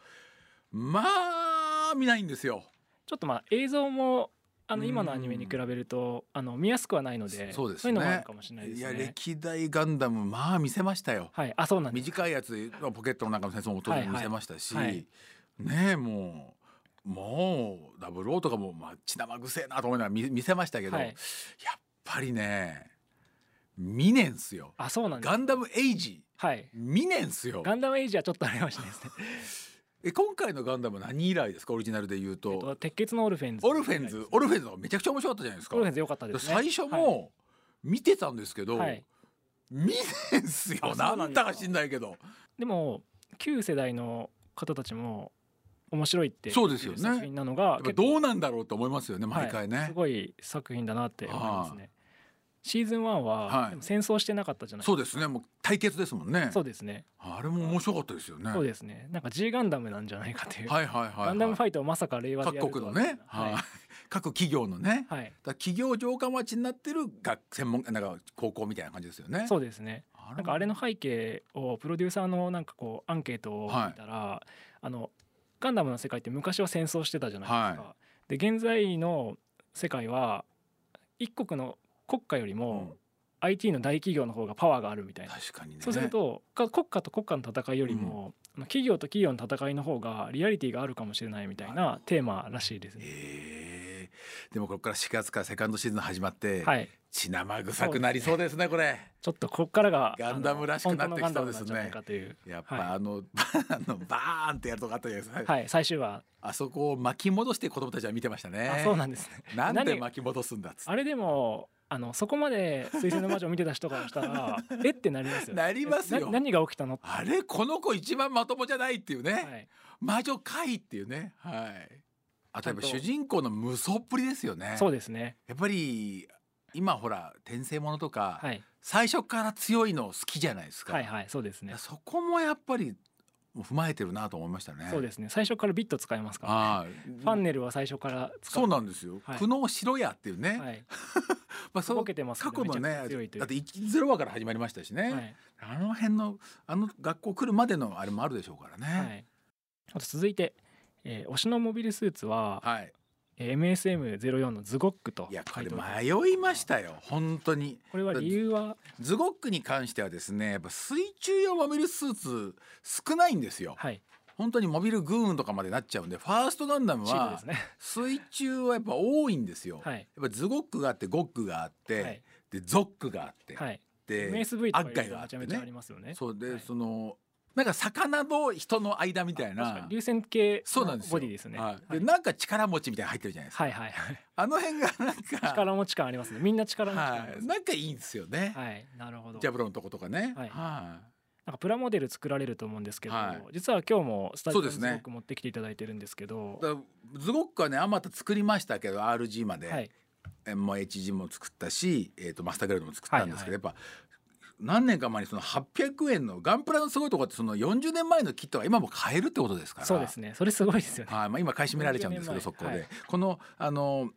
Speaker 3: まあ見ないんですよ。
Speaker 2: ちょっとまあ映像もあの
Speaker 3: うん
Speaker 2: 今のアニメに比べるとあの見やすくはないので
Speaker 3: そうですね
Speaker 2: いうのもあるかもしれないで
Speaker 3: い
Speaker 2: す
Speaker 3: や
Speaker 2: ね。
Speaker 3: 歴代ガンダムまあ見せましたよ。
Speaker 2: はい、あそうなんです
Speaker 3: 短いやつポケットの中の戦争も当然見せましたし、
Speaker 2: はいはい
Speaker 3: ねえもうもうダブルオーとかもまあ血生臭いなと思いながら見見せましたけど、
Speaker 2: はい
Speaker 3: やっぱりね見ねんすよ。
Speaker 2: あそうなんです
Speaker 3: ガンダムエイジ
Speaker 2: はい
Speaker 3: 見ねんすよ。
Speaker 2: ガンダムエイジはちょっとありましたですね
Speaker 3: え今回のガンダム何以来ですかオリジナルで言う
Speaker 2: えっ
Speaker 3: と
Speaker 2: と鉄血のオルフェンズ
Speaker 3: オルフェンズオルフェンズがめちゃくちゃ面白かったじゃないですか
Speaker 2: オルフェンズ良かったですね
Speaker 3: 最初も見てたんですけど、
Speaker 2: はい、はい
Speaker 3: 見ねんすよ
Speaker 2: あそう
Speaker 3: な
Speaker 2: なん
Speaker 3: ん
Speaker 2: ですか
Speaker 3: だか知んないけど
Speaker 2: でも旧世代の方たちも面白いって
Speaker 3: そうですよね
Speaker 2: 言ってる作品なのが
Speaker 3: やっぱ
Speaker 2: 結
Speaker 3: ど
Speaker 2: 構
Speaker 3: うなんだろうと思いますよね毎回ね、
Speaker 2: はいすごい作品だなって思いますねシーズン1は、
Speaker 3: はい
Speaker 2: でも戦争してなかったじゃない
Speaker 3: そうですねもう対決ですもんね
Speaker 2: そうですね
Speaker 3: あれも面白かったですよね
Speaker 2: そうですねなんか G ガンダムなんじゃないかという、
Speaker 3: はいはいはいはい
Speaker 2: ガンダムファイトをまさか令和でやる
Speaker 3: 各
Speaker 2: とは
Speaker 3: 国のね、はい
Speaker 2: はい、
Speaker 3: 各企業のね、だか
Speaker 2: はい、
Speaker 3: ら企業城下町になってる学専門なんか高校みたいな感じですよね
Speaker 2: そうですね
Speaker 3: あ
Speaker 2: なんかあれの背景をプロデューサーのなんかこうアンケートを見たら、あのガンダムの世界って昔は戦争してたじゃないですか。で現在の世界は一国の国家より
Speaker 3: う
Speaker 2: も
Speaker 3: ん
Speaker 2: IT の大企業の方がパワーがあるみたいな。
Speaker 3: 確かにね
Speaker 2: そうするとか国家と国家の戦いよりも、あの企業と企業の戦いの方がリアリティがあるかもしれないみたいなテーマらしいですね。
Speaker 3: えーでもここから4月からセカンドシーズン始まって、
Speaker 2: はい、
Speaker 3: 血生臭くなりそうですねこれ
Speaker 2: ちょっとここからが
Speaker 3: ガンダムらしくなってきそう
Speaker 2: あの本当のガンダム
Speaker 3: で
Speaker 2: な
Speaker 3: すね
Speaker 2: んじゃないかと いう。
Speaker 3: やっ
Speaker 2: はい
Speaker 3: ぱあの,、あのバーンってやるとこあったじゃないですか、
Speaker 2: はい、最終話、
Speaker 3: あそこを巻き戻して子供たちは見てましたね
Speaker 2: あそうなんですね。
Speaker 3: なんで
Speaker 2: 何
Speaker 3: 巻き戻すんだっつっ
Speaker 2: あれでもあのそこまで「水星の魔女」を見てた人からした らえってなりますよね
Speaker 3: なりますよ
Speaker 2: えな何が起きたのって、
Speaker 3: あれこの子一番まともじゃないっていうね、
Speaker 2: はい、
Speaker 3: 魔女かいっていうねはいあとやっぱ
Speaker 2: ちゃんと
Speaker 3: 主人公の無双っぷりですよね
Speaker 2: そうですね
Speaker 3: やっぱり今ほら転生ものとか、
Speaker 2: はい
Speaker 3: 最初から強いの好きじゃないですか、
Speaker 2: はいはいそうですね
Speaker 3: そこもやっぱりもう踏まえてるなと思いましたね。
Speaker 2: そうですね最初からビット使えますから
Speaker 3: ああ
Speaker 2: ファンネルは最初から使
Speaker 3: そうなんですよ。
Speaker 2: はい
Speaker 3: 苦悩しろやっていうね。
Speaker 2: はい
Speaker 3: まあそ
Speaker 2: ぼ
Speaker 3: う
Speaker 2: けてますけ
Speaker 3: 過
Speaker 2: ど
Speaker 3: 去も
Speaker 2: めちゃくち
Speaker 3: ね
Speaker 2: ゃ強いという
Speaker 3: だって1ゼロ話から始まりましたしね、
Speaker 2: はい
Speaker 3: あの辺のあの学校来るまでのあれもあるでしょうから
Speaker 2: は
Speaker 3: ね。
Speaker 2: い、あと続いて、えー推しのモビルスーツは、
Speaker 3: はい、
Speaker 2: えー MSM04 のズゴックと
Speaker 3: いやこ
Speaker 2: 書い
Speaker 3: れ
Speaker 2: ております
Speaker 3: 迷いましたよ本当に。
Speaker 2: これは理由は
Speaker 3: ズゴックに関してはですねやっぱ水中用モビルスーツ少ないんですよ。
Speaker 2: はい
Speaker 3: 本当にモビルグーンとかまでなっちゃうんでファーストガンダム
Speaker 2: チーム
Speaker 3: は
Speaker 2: ですね
Speaker 3: 水中はやっぱ多いんですよ。
Speaker 2: はい
Speaker 3: やっぱズゴックがあってゴックがあって、
Speaker 2: はい
Speaker 3: でゾックがあって、
Speaker 2: はい
Speaker 3: で
Speaker 2: MSV と
Speaker 3: ア
Speaker 2: か
Speaker 3: ッ
Speaker 2: い
Speaker 3: ガ
Speaker 2: ろ
Speaker 3: イ
Speaker 2: いろ
Speaker 3: があっ
Speaker 2: めち
Speaker 3: て
Speaker 2: ゃめちゃあ
Speaker 3: ね
Speaker 2: り。ますよね
Speaker 3: そうで、
Speaker 2: はい
Speaker 3: そのなんか魚と人の間みたい
Speaker 2: 確か
Speaker 3: な
Speaker 2: に流線形
Speaker 3: そうなん
Speaker 2: の
Speaker 3: ですよ
Speaker 2: ボディですね
Speaker 3: はい
Speaker 2: はい
Speaker 3: でなんか力持ちみたいなの入ってるじゃないですか、
Speaker 2: はいはいはい
Speaker 3: あの辺がなんか
Speaker 2: 力持ち感ありますねみんな力持ち感あり
Speaker 3: は
Speaker 2: ま
Speaker 3: い、
Speaker 2: す
Speaker 3: なんかいいんですよね、
Speaker 2: はいなるほど
Speaker 3: ジャブロのとことかね
Speaker 2: はい
Speaker 3: は
Speaker 2: なんかプラモデル作られると思うんですけど、
Speaker 3: はい
Speaker 2: 実は今日もスタジオに
Speaker 3: そ
Speaker 2: す
Speaker 3: うですね
Speaker 2: ごく持ってきていただいてるんですけど
Speaker 3: いだからズゴックはねあまた作りましたけど RG まで、
Speaker 2: はい
Speaker 3: えもう HG も作ったし、えー、とマスターグレードも作ったんですけど、
Speaker 2: はい
Speaker 3: やっぱ何年か前にその800円のガンプラのすごいところってその40年前のキットが今も買えるってことですから
Speaker 2: そうですねそれすごいですよね
Speaker 3: はいまあ、今買い占められちゃうんですけど
Speaker 2: 40
Speaker 3: 速攻
Speaker 2: 年前
Speaker 3: で、
Speaker 2: はい
Speaker 3: このあの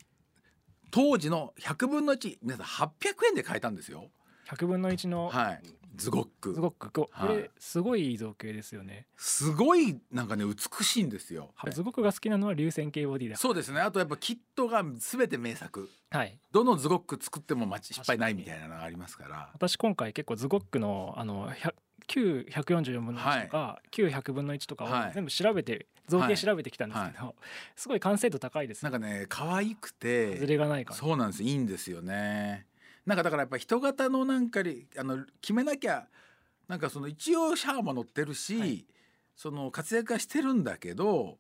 Speaker 3: 当時の100分の1皆さん800円で買えたんですよ。
Speaker 2: 100分の1の
Speaker 3: はい、ズゴッ
Speaker 2: す
Speaker 3: ク
Speaker 2: ごくこうこ
Speaker 3: はい
Speaker 2: れすごい造形ですよね
Speaker 3: すごいなんかね美しいんですよ。
Speaker 2: すごくが好きなのは流線形ボディだ
Speaker 3: そうですねあとやっぱキットが全て名作
Speaker 2: はい
Speaker 3: どのズゴック作っても待ち失敗ないみたいなのがありますから
Speaker 2: 私今回結構ズゴックのあの100 9144分の1とか9100分の1とか
Speaker 3: は
Speaker 2: を
Speaker 3: い
Speaker 2: 全部調べて造
Speaker 3: はい
Speaker 2: 形調べてきたんですけど すごい完成度高いです
Speaker 3: な
Speaker 2: ね
Speaker 3: んかね可愛く
Speaker 2: 外
Speaker 3: て
Speaker 2: れがないから
Speaker 3: そうなんですいいんですよね。なんかだからやっぱ人型のなんかにあの決めなきゃなんかその一応シャアも乗ってるし、
Speaker 2: はい
Speaker 3: その活躍はしてるんだけど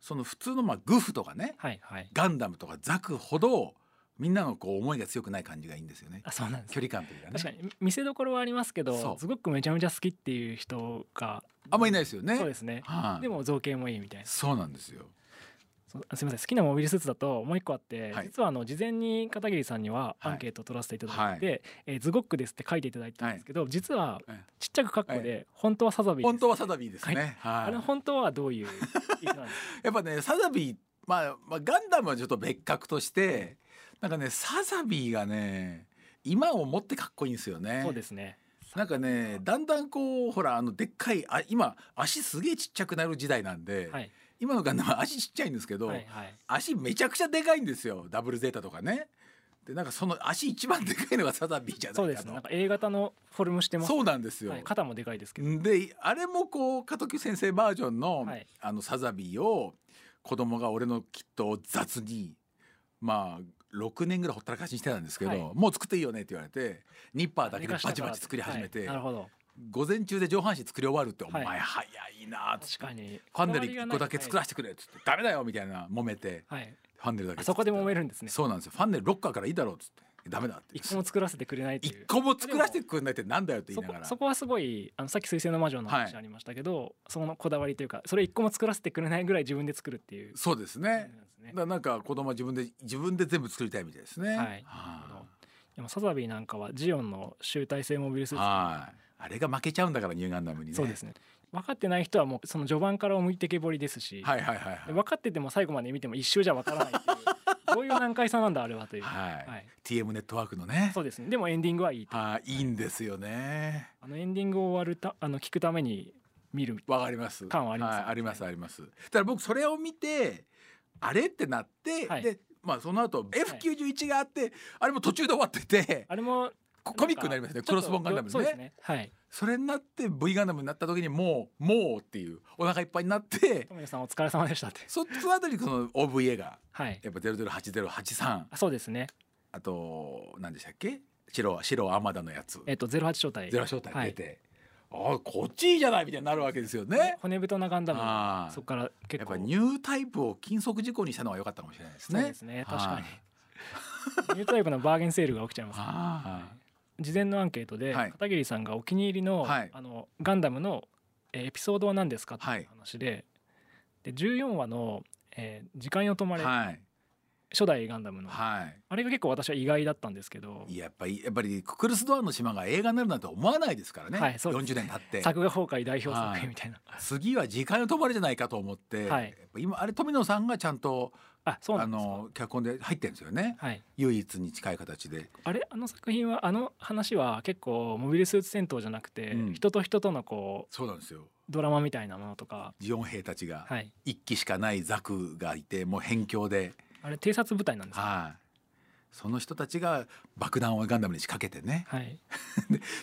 Speaker 3: その普通のまあグフとかね
Speaker 2: はいはい
Speaker 3: ガンダムとかザクほどみんなのこう思いが強くない感じがいいんですよね
Speaker 2: あそうなんです
Speaker 3: 距離感というかね
Speaker 2: 確かに見せどころはありますけ
Speaker 3: そ
Speaker 2: ど
Speaker 3: う
Speaker 2: すごくめちゃめちゃ好きっていう人が
Speaker 3: あんまいないですよね
Speaker 2: そうですね
Speaker 3: はい
Speaker 2: でも造形もいいみたいな
Speaker 3: そうなんですよ
Speaker 2: そうあすみません好きなモビルスーツだともう一個あって、
Speaker 3: はい
Speaker 2: 実はあの事前に片桐さんには
Speaker 3: はい
Speaker 2: アンケートを取らせていただいて、えーズゴックですって書いていただいたんですけど、実は
Speaker 3: ええ
Speaker 2: ちっちゃく括弧で、本当はサザビーです
Speaker 3: 本当はサザビーですね、
Speaker 2: あ
Speaker 3: はい
Speaker 2: の本当はどういう意図なんですか
Speaker 3: やっぱねサザビー、まあ、まあガンダムはちょっと別格としてなんかねサザビーがね今を持ってかっこいいんですよ ね
Speaker 2: そうですね
Speaker 3: なんかねだんだんこうほらあのでっかいあ今足すげえちっちゃくなる時代なんで、
Speaker 2: はい
Speaker 3: 今のガンダムは足ちっちゃいんですけど、
Speaker 2: はいはい
Speaker 3: 足めちゃくちゃでかいんですよダブルゼータとかねでなんかその足一番でかいのがサザビーじゃ
Speaker 2: そう
Speaker 3: ない
Speaker 2: で
Speaker 3: か
Speaker 2: すねなん
Speaker 3: と
Speaker 2: か A 型のフォルムしてます
Speaker 3: そうなんですよ、
Speaker 2: はい、肩もでかいですけど
Speaker 3: であれもこう加藤久先生バージョンの,、
Speaker 2: はい
Speaker 3: あのサザビーを子供が俺のキットを雑にまあ6年ぐらいほったらかしにしてたんですけど、
Speaker 2: はい
Speaker 3: もう作っていいよねって言われてニッパーだけでバチバチ作り始め
Speaker 2: は
Speaker 3: て、
Speaker 2: いなるほど
Speaker 3: 午前中で上半身作り終わるって、
Speaker 2: はい
Speaker 3: お前早いなっつって
Speaker 2: 確かに
Speaker 3: ファンデル1個だけ作ら
Speaker 2: せ
Speaker 3: せてくれっつって、ダメだよみたいな揉めて
Speaker 2: はい、はい
Speaker 3: ファンデルだけ
Speaker 2: あそこで揉め
Speaker 3: る
Speaker 2: るんですね
Speaker 3: そうなんですよファンデルロッカーからいいだろうっつってダメだって
Speaker 2: 一個も作らせてくれないとい
Speaker 3: 一
Speaker 2: う
Speaker 3: 個も作らせてくれないってなんだよって言
Speaker 2: そ
Speaker 3: いな
Speaker 2: こ
Speaker 3: がら
Speaker 2: そこはすごいあのさっき「水星の魔女」の
Speaker 3: はい
Speaker 2: 話ありましたけど、そのこだわりというかそれ一個も作らせてくれないぐらい自分で作るっていう
Speaker 3: そうです
Speaker 2: 感じ
Speaker 3: ね
Speaker 2: なんです
Speaker 3: だ
Speaker 2: ね
Speaker 3: か。らなんか子供は自分で自分で全部作りたいみたいですね。
Speaker 2: はい
Speaker 3: は
Speaker 2: でもサザビーなんかはジオンの集大成モビルス
Speaker 3: い。
Speaker 2: ーツと
Speaker 3: はいあれが負けちゃうんだからニューガンダムにね。
Speaker 2: そうですね分かってない人はもうその序盤から思いってけぼりですし、
Speaker 3: はいはいはい
Speaker 2: で
Speaker 3: は
Speaker 2: 分かってても最後まで見ても一周じゃ分から ないっていうこういう難解さなんだあれはとい
Speaker 3: い。
Speaker 2: う、
Speaker 3: はい。
Speaker 2: はい
Speaker 3: T.M. ネットワークのね
Speaker 2: そ。うですねでもエンディングはいいと
Speaker 3: はい。いいんですよね。
Speaker 2: あのエンディングを終わるたあの聞くために見る
Speaker 3: わかります。
Speaker 2: 感はあります
Speaker 3: はいありますあります。だから僕それを見てあれってなって、
Speaker 2: はい
Speaker 3: でまあその後 F91 があって、あれも途中で終わってて
Speaker 2: あれも
Speaker 3: ココミックになりましたねクロスボーンガンダム
Speaker 2: で
Speaker 3: です
Speaker 2: そうです
Speaker 3: すね
Speaker 2: ねはい
Speaker 3: それになって V ガンダムになった時にもうもうっていうお腹いっぱいになって
Speaker 2: 富野さんお疲れ様でしたって
Speaker 3: そその後にその OVA が
Speaker 2: はい
Speaker 3: やっぱ008083
Speaker 2: あそうですね
Speaker 3: あと何でしたっけ白白天田のやつ
Speaker 2: えっと、08招待。
Speaker 3: ゼロ招待出て、ああこっちいいじゃないみたいになるわけですよね。
Speaker 2: 骨太なガンダム
Speaker 3: あ
Speaker 2: が。
Speaker 3: ー
Speaker 2: そこから
Speaker 3: や
Speaker 2: 結
Speaker 3: っぱ
Speaker 2: 構。
Speaker 3: ニュータイプを金属事故にしたのが良かったかもしれないですね。
Speaker 2: そうですね。確
Speaker 3: は
Speaker 2: か
Speaker 3: い
Speaker 2: に。ニュータイプのバーゲンセールが起きちゃいます。
Speaker 3: あ
Speaker 2: 事前のアンケートで、
Speaker 3: はい
Speaker 2: 片桐さんがお気に入りの、
Speaker 3: はい
Speaker 2: あの、ガンダムの。えーエピソードは何ですかって
Speaker 3: はい
Speaker 2: いう話で。で、14話の、えー時間よ止ま
Speaker 3: あ
Speaker 2: れ。
Speaker 3: はい。
Speaker 2: 初代ガンダムの、
Speaker 3: は
Speaker 2: あれが結構私は意外だったんですけど
Speaker 3: い。いややっぱりやっぱりククルス・ドアンの島が映画になるなんて思わないですからね。
Speaker 2: はいそうです
Speaker 3: 40年経って。
Speaker 2: 作画崩壊代表作
Speaker 3: はい
Speaker 2: みたいな、
Speaker 3: 次は時間の止まりじゃないかと思って、
Speaker 2: はい
Speaker 3: やっぱ今あれ富野さんがちゃんと
Speaker 2: あそうな
Speaker 3: あ
Speaker 2: んですか
Speaker 3: の脚本で入ってるんですよね。
Speaker 2: はい、
Speaker 3: 唯一に近い形で。
Speaker 2: あれあの作品はあの話は結構モビルスーツ戦闘じゃなくて、
Speaker 3: うん
Speaker 2: 人と人とのこう
Speaker 3: そうなんですよ。
Speaker 2: ドラマみたいなものとか、
Speaker 3: ジオン兵たちが
Speaker 2: はい、
Speaker 3: 一機しかないザクがいて、もう辺境で、
Speaker 2: あれ偵察部隊なんですか
Speaker 3: はい。その人たちが爆弾をガンダムに仕掛けてね、
Speaker 2: はい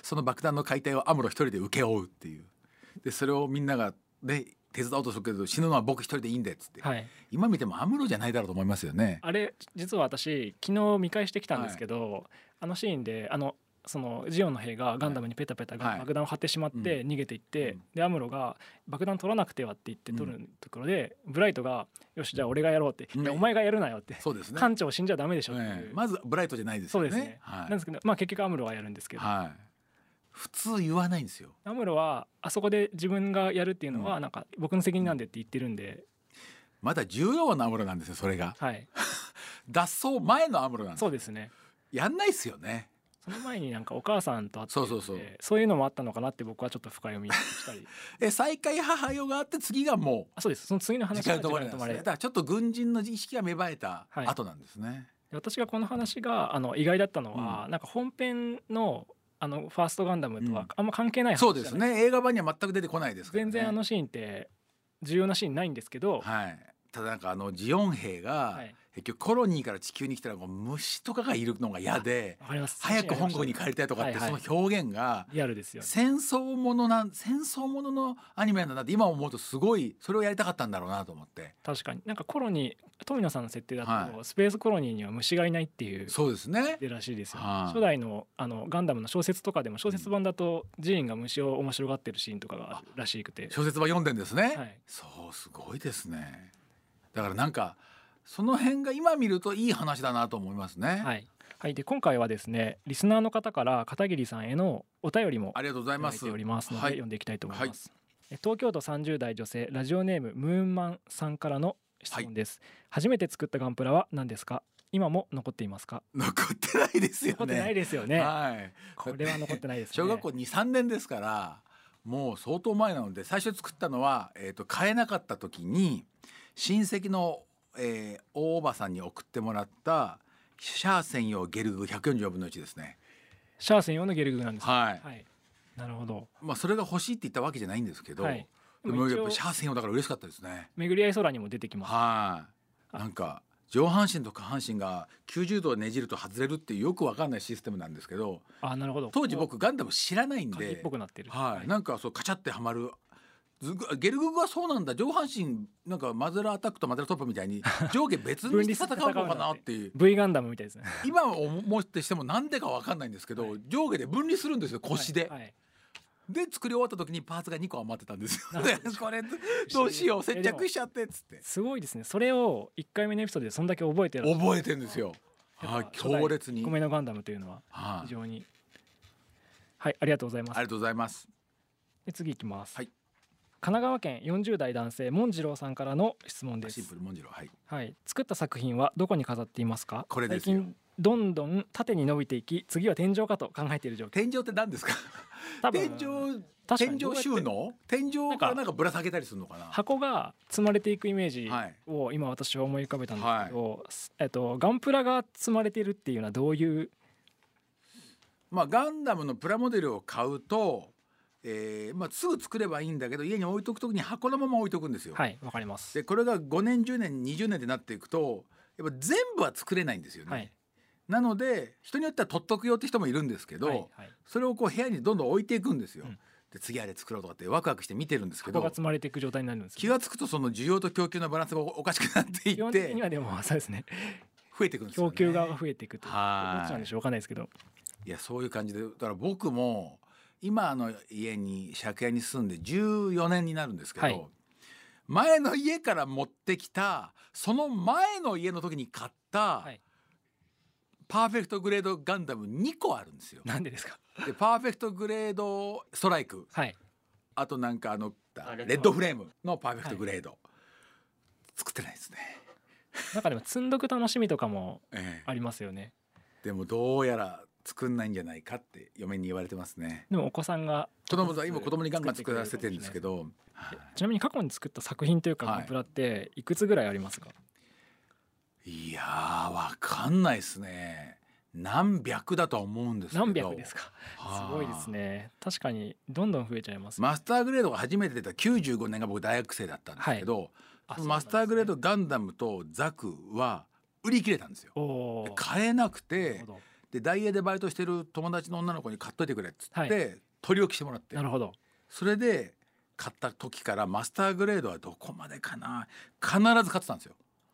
Speaker 3: その爆弾の解体をアムロ一人で請け負うっていう。で、それをみんながね手伝おうとするけど死ぬのは僕一人でいいんでっつって。
Speaker 2: はい
Speaker 3: 今見てもアムロじゃないだろうと思いますよね。
Speaker 2: あれ実は私昨日見返してきたんですけど、あのシーンであのそのジオンの兵がガンダムにペタペタ
Speaker 3: は
Speaker 2: が
Speaker 3: い
Speaker 2: 爆弾を張ってしまっ
Speaker 3: う
Speaker 2: て逃げていって、
Speaker 3: うん
Speaker 2: でアムロが「爆弾取らなくては」って言って取るところで、ブライトが「よしじゃあ俺がやろう」って「
Speaker 3: うん
Speaker 2: いやお前がやるなよ」って
Speaker 3: そうですね。
Speaker 2: 艦長死んじゃダメでしょ」っていう、
Speaker 3: ええまずブライトじゃないです
Speaker 2: そう
Speaker 3: よ
Speaker 2: で
Speaker 3: ね。
Speaker 2: すね、
Speaker 3: はい
Speaker 2: なんですけどまあ結局アムロはやるんですけど、
Speaker 3: はい。普通言わないんですよ。
Speaker 2: アムロはあそこで自分がやるっていうの
Speaker 3: う
Speaker 2: はなんか僕の責任なんでって言ってるんで、
Speaker 3: まだ14話のアムロなんですよ。それが
Speaker 2: はい
Speaker 3: 脱走前のアムロなんです
Speaker 2: そ
Speaker 3: よ。
Speaker 2: うですね
Speaker 3: やんないですよね。
Speaker 2: その前になんかお母さんと会って
Speaker 3: そうそうそう
Speaker 2: でそういうのもあったのかなって僕はちょっと深読みした り
Speaker 3: え再会母よがあって次がも
Speaker 2: あそうですその次の
Speaker 3: う時
Speaker 2: 話が
Speaker 3: 間の止まりなんですね。だからちょっと軍人の意識が芽生えた
Speaker 2: はい
Speaker 3: 後なんですね。
Speaker 2: 私がこの話があの意外だったのは、なんか本編のあのファーストガンダムと
Speaker 3: うん
Speaker 2: はあんま関係ない話じゃ
Speaker 3: そう
Speaker 2: ない
Speaker 3: ですね。映画版には全く出てこないですから、ね。
Speaker 2: 全然あのシーンって重要なシーンないんですけど、
Speaker 3: はい。ただなんかあのジオン兵が
Speaker 2: はい
Speaker 3: 結局コロニーから地球に来たらこう虫とかがいるのが嫌で
Speaker 2: わかります
Speaker 3: 早く本国に帰りたいとかってその表現が
Speaker 2: リアルですよね
Speaker 3: 戦争ものなん戦争もののアニメなんだなって今思うとすごいそれをやりたかったんだろうなと思って
Speaker 2: 確かになんかコロニー富野さんの設定だと、
Speaker 3: は
Speaker 2: スペースコロニーには虫がいないっていう
Speaker 3: そうですね
Speaker 2: でらしいですよ、ね
Speaker 3: はい
Speaker 2: 初代のあのガンダムの小説とかでも小説版だとジーンが虫を面白がってるシーンとかがあるらしくて、
Speaker 3: 小説版読んでんですね、
Speaker 2: はい
Speaker 3: そうすごいですねだからなんかその辺が今見るといい話だなと思いますね、
Speaker 2: はいはい、で今回はですねリスナーの方から片桐さんへのお便りも
Speaker 3: ありがとうござ
Speaker 2: い
Speaker 3: い
Speaker 2: た
Speaker 3: ま
Speaker 2: だい
Speaker 3: す
Speaker 2: ておりますので、
Speaker 3: はい
Speaker 2: 読んでいきたいと思います、え東京都30代女性ラジオネームムーンマンさんからの質問です、初めて作ったガンプラは何ですか今も残っていますか
Speaker 3: 残ってないですよね
Speaker 2: 残ってないですよね
Speaker 3: はい
Speaker 2: これは残ってないですね
Speaker 3: 小学校23年ですからもう相当前なので最初作ったのは、えー、と買えなかった時に親戚の、えー大おばさんに送ってもらったシャー専用ゲルグ144分の1ですね。
Speaker 2: シャー専用のゲルググなんです
Speaker 3: はい
Speaker 2: はい、なるほど
Speaker 3: まあ、それが欲しいって言ったわけじゃないんですけど、
Speaker 2: はい
Speaker 3: で
Speaker 2: で
Speaker 3: も
Speaker 2: も
Speaker 3: や
Speaker 2: 一
Speaker 3: っ
Speaker 2: 応
Speaker 3: ぱシャー専用だから嬉しかったですね。
Speaker 2: 巡り合い空にも出てきます
Speaker 3: はいなんか上半身と下半身が90度ねじると外れるっていうよくわかんないシステムなんですけど
Speaker 2: あなるほど
Speaker 3: 当時
Speaker 2: こ
Speaker 3: 僕ガンダム知らないん
Speaker 2: こ鍵っ
Speaker 3: で
Speaker 2: ぽくなってる
Speaker 3: はい、なんかそうカチャってはまるずぐゲルググはそうなんだ上半身なんかマズラアタックとマズラトップみた いに上下別にして戦うのかなっていう
Speaker 2: V ガンダムみたいですね
Speaker 3: 今思ってしてもなんでかわかんないんですけど、
Speaker 2: はい
Speaker 3: 上下で分離するんですよ腰で、
Speaker 2: はいはい
Speaker 3: で作り終わった時にパーツが2個余ってたんですよ
Speaker 2: なる
Speaker 3: でこれどうしよう
Speaker 2: え
Speaker 3: 接
Speaker 2: でも
Speaker 3: 着しちゃってっつって
Speaker 2: すごいですねそれを1回目のエピソードでそんだけ覚えてる
Speaker 3: 覚えてんですよ
Speaker 2: やっ
Speaker 3: はい
Speaker 2: ぱ初代
Speaker 3: 強烈に、
Speaker 2: 米のガンダムというのは
Speaker 3: は
Speaker 2: 非
Speaker 3: い、
Speaker 2: 常にはいありがとうございま
Speaker 3: あ
Speaker 2: す
Speaker 3: りがとうございます
Speaker 2: で次いきます、
Speaker 3: はい
Speaker 2: 神奈川県40代男性モンジローさんからの質問で
Speaker 3: シン
Speaker 2: す
Speaker 3: プルモンジロはい
Speaker 2: はい作った作品はどこに飾っていますか
Speaker 3: これですよ
Speaker 2: 最近どんどん縦に伸びていき次は天井かと考えている状況
Speaker 3: 天井って何ですか
Speaker 2: 多分
Speaker 3: 天井
Speaker 2: 確か
Speaker 3: 天
Speaker 2: にどう
Speaker 3: 井
Speaker 2: やって
Speaker 3: 収納天井からなんかぶら下げたりするのかな
Speaker 2: 箱が積まれていくイメージ
Speaker 3: はい
Speaker 2: を今私は思い浮かべたんですけど、すえっと、ガンプラが積まれてるっていうのはどういう
Speaker 3: まあ、ガンダムのプラモデルを買うと、えーまあ、すぐ作ればいいんだけど家に置いとくときに箱のまま置いとくんですよ。
Speaker 2: はいわかります
Speaker 3: でこれが5年10年20年ってなっていくとやっぱ全部は作れないんですよね。
Speaker 2: はい
Speaker 3: なので人によっては取っとくよって人もいるんですけど、
Speaker 2: はいはい、
Speaker 3: それをこう部屋にどんどん置いていくんですよ。
Speaker 2: うん
Speaker 3: で次あれ作ろうとかってワクワクして見てるんですけ
Speaker 2: 箱が
Speaker 3: ど
Speaker 2: 積まれていく状態になるんです
Speaker 3: 気
Speaker 2: けど
Speaker 3: が付くとその需要と供給のバランスがおかしくなってい
Speaker 2: 基本
Speaker 3: っ
Speaker 2: 的
Speaker 3: て
Speaker 2: にはでもそうですね
Speaker 3: 増えていくんですよね。
Speaker 2: 供給側が増えていくというど
Speaker 3: はい
Speaker 2: っちなんでしょうわかんないですけど
Speaker 3: いやそういう感じでだから僕も今あの家に借家に住んで14年になるんですけど、
Speaker 2: はい
Speaker 3: 前の家から持ってきたその前の家の時に買った、
Speaker 2: はい
Speaker 3: パーフェクトグレードガンダム2個あるんですよ。
Speaker 2: なんでですか
Speaker 3: でパーフェクトグレードストライク
Speaker 2: はい
Speaker 3: あとなんかあの
Speaker 2: あ
Speaker 3: レ
Speaker 2: レッド
Speaker 3: ッドフレームのパーフェクトグレード、作ってないですね。
Speaker 2: なんかでも積んどく楽しみとかも
Speaker 3: ええ
Speaker 2: ありますよね
Speaker 3: でもどうやら作んないんじゃないかって嫁に言われてますね
Speaker 2: でもお子さんが
Speaker 3: 子供は今子供にガンガン
Speaker 2: 作
Speaker 3: 作
Speaker 2: ってくれる
Speaker 3: らせてるんですけど
Speaker 2: ちなみに過去に作った作品というか
Speaker 3: はい
Speaker 2: コンプラっていくつぐらいありますか、
Speaker 3: いやーわかんないですね何百だとは思うんですけど
Speaker 2: 何百ですかす
Speaker 3: はあ
Speaker 2: ごいですね確かにどんどん増えちゃいます、
Speaker 3: マスターグレードが初めて出た95年が僕大学生だったんですけど、
Speaker 2: あ
Speaker 3: マスターグレード
Speaker 2: そう
Speaker 3: ガンダムとザクは売り切れたんですよ
Speaker 2: なんですねお
Speaker 3: で
Speaker 2: ー
Speaker 3: 買えなく
Speaker 2: なる
Speaker 3: て
Speaker 2: ほど
Speaker 3: でダイエーでバイトしてる友達の女の子に買っといてくれっつって、
Speaker 2: はい
Speaker 3: 取り置きしてもらって
Speaker 2: なるほど
Speaker 3: それで買った時からマスターグレードはどこまでかな必ず買ってたんですよ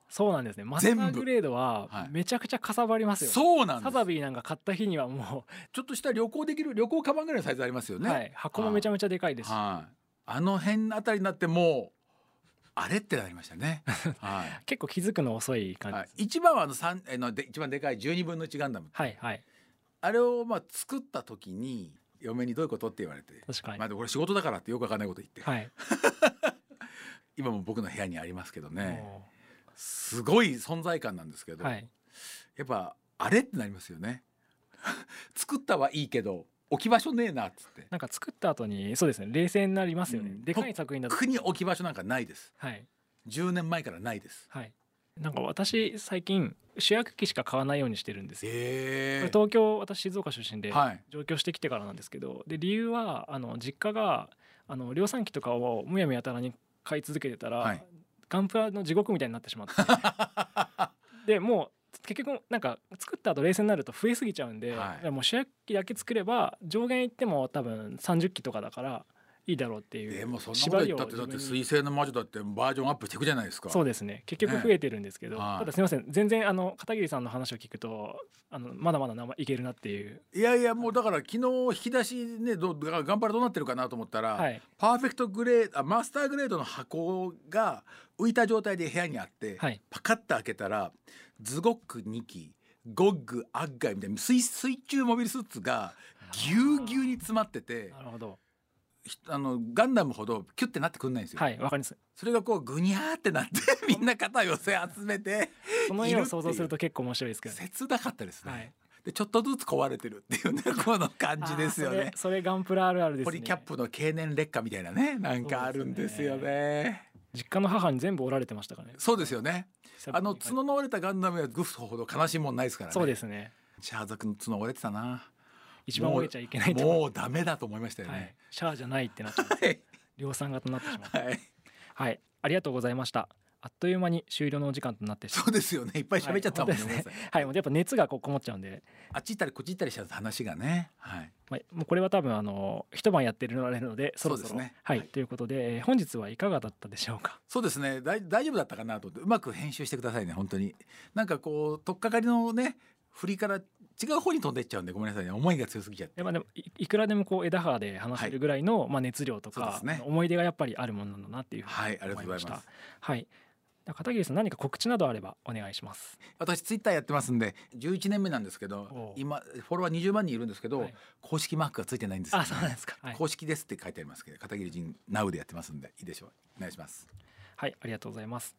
Speaker 2: そうなんですねマス
Speaker 3: 全
Speaker 2: タ
Speaker 3: 部
Speaker 2: ーグレード
Speaker 3: は
Speaker 2: はいめちゃくちゃかさばりますよ、
Speaker 3: そうなんで
Speaker 2: サ
Speaker 3: す
Speaker 2: ザビーなんか買った日にはも
Speaker 3: ちょっとした旅行できる旅行カバンぐらいのサイズありますよ
Speaker 2: う、
Speaker 3: ね、
Speaker 2: はい、箱もめちゃめちゃでかいですし
Speaker 3: はいあの辺あたりになってもうあれってなりました ねはい
Speaker 2: 結構気づくの遅い感じ
Speaker 3: は
Speaker 2: です、
Speaker 3: い、一番はあの三えーので一番でかい12分の1ガンダム
Speaker 2: はいはい
Speaker 3: あれをまあ作った時に嫁に「どういうこと?」って言われて
Speaker 2: 確か
Speaker 3: 「
Speaker 2: に、
Speaker 3: まあ、でもこれ仕事だから」ってよくわかんないこと言って、
Speaker 2: はい、
Speaker 3: 今も僕の部屋にありますけどね
Speaker 2: も
Speaker 3: すごい存在感なんですけ
Speaker 2: う
Speaker 3: ど、
Speaker 2: はい
Speaker 3: やっぱあれってなりますよね 作ったはいいけど置き場所ねえなっつって
Speaker 2: なんか作った後にそうですね冷静になりますよね、
Speaker 3: うん
Speaker 2: でかい作品だと
Speaker 3: 国置き場所なんかないです
Speaker 2: はい
Speaker 3: 10年前からないです
Speaker 2: はいなんか私最近主役機しか買わないようにしてるんですよ、
Speaker 3: え
Speaker 2: 東京私静岡出身で
Speaker 3: はい
Speaker 2: 上京してきてからなんですけどで理由はあの実家があの量産機とかをむやみやたらに買い続けてたら、
Speaker 3: はい
Speaker 2: ガンプラの地獄みたいになってしまって でもう結局なんか作った後冷静になると増えすぎちゃうんで、
Speaker 3: はい
Speaker 2: だからもう主役機だけ作れば上限いっても多分30機とかだからいいだろうっていう
Speaker 3: でもそんなこと言ったってだ
Speaker 2: 縛
Speaker 3: って
Speaker 2: りを
Speaker 3: 「
Speaker 2: 自分に
Speaker 3: 水星の魔女」だってバージョンアップしていくじゃないですか
Speaker 2: そうですね結局増えてるんですけど、
Speaker 3: ねはい
Speaker 2: ただすみません全然あの片桐さんの話を聞くとあのまだまだ生いけるなっていう、
Speaker 3: いやいやもうだから昨日引き出しねどうが頑張るどうなってるかなと思ったら、
Speaker 2: はい
Speaker 3: パーフェクトグレードあマスターグレードの箱が浮いた状態で部屋にあって、
Speaker 2: はい
Speaker 3: パカッと開けたらズゴック2機ゴッグアッガイみたいな水水中モビルスーツがぎゅうぎゅうに詰まってて
Speaker 2: なるほど
Speaker 3: ひあのガンダムほどキュッてなってくんないんですよ。
Speaker 2: はいわかります
Speaker 3: それがこうぐにゃーってなってみんな肩寄せ集めて
Speaker 2: その絵を想像すると結構面白いですけど、ね、
Speaker 3: 切なかったですね。
Speaker 2: はい
Speaker 3: でちょっとずつ壊れてるってい うねこの感じですよ
Speaker 2: あーそ
Speaker 3: ね
Speaker 2: れ。それガンプラあるあるですね
Speaker 3: ポリキャップの経年劣化みたいなねなんかあるんですよね
Speaker 2: 実家の母に全部折られてましたからね
Speaker 3: そうですよね
Speaker 2: 久々に
Speaker 3: あの角の折れたガンダムやグフトほど悲しいもんないですからね
Speaker 2: そうですね
Speaker 3: シャーザクの角折れてたな
Speaker 2: 一番折れちゃいけないと思
Speaker 3: もうダメだと思いました
Speaker 2: う
Speaker 3: よ
Speaker 2: はい
Speaker 3: ね、
Speaker 2: シャアじゃないってなっちゃう
Speaker 3: はい、
Speaker 2: 量産型になってしまう
Speaker 3: はい、
Speaker 2: はいありがとうございましたあっという間に終了のお時間となってしま
Speaker 3: そうですよねいっぱい喋っちゃったもん
Speaker 2: は
Speaker 3: ね,
Speaker 2: い
Speaker 3: ごめんなさい、
Speaker 2: はいもうやっぱ熱がこうこもっちゃうんで、
Speaker 3: あっち行ったりこっち行ったりしちゃうと話がねはい
Speaker 2: まあ、もうこれは多分あの一晩やってるのれるのでそろそろ
Speaker 3: そうですね
Speaker 2: はい、
Speaker 3: はい
Speaker 2: ということでえー本日はいかがだったでしょうか
Speaker 3: そうですねだい大丈夫だったかなと思ってうまく編集してくださいね本当になんかこう取っかかりのね振りから違う方に飛んでっちゃうんでごめんなさいね思いが強すぎちゃって
Speaker 2: でまあ、でもいいくらでもこう枝葉で話せるぐらいの、まあ、熱量と
Speaker 3: そう
Speaker 2: か
Speaker 3: で、すね
Speaker 2: 思い出がやっぱりあるものなんだなっていうふうに
Speaker 3: はいありがとうございます
Speaker 2: 思したはいでは片桐さん何か告知などあればお願いします
Speaker 3: 私ツイッターやってますんで11年目なんですけ
Speaker 2: おう
Speaker 3: ど今フォロワー20万人いるんですけど、
Speaker 2: はい
Speaker 3: 公式マークがついてないんですよ
Speaker 2: あそうなんですかはい、
Speaker 3: 公式ですって書いてありますけど片桐仁 NOW でやってますんでいいでしょうお願いします
Speaker 2: はい、ありがとうございます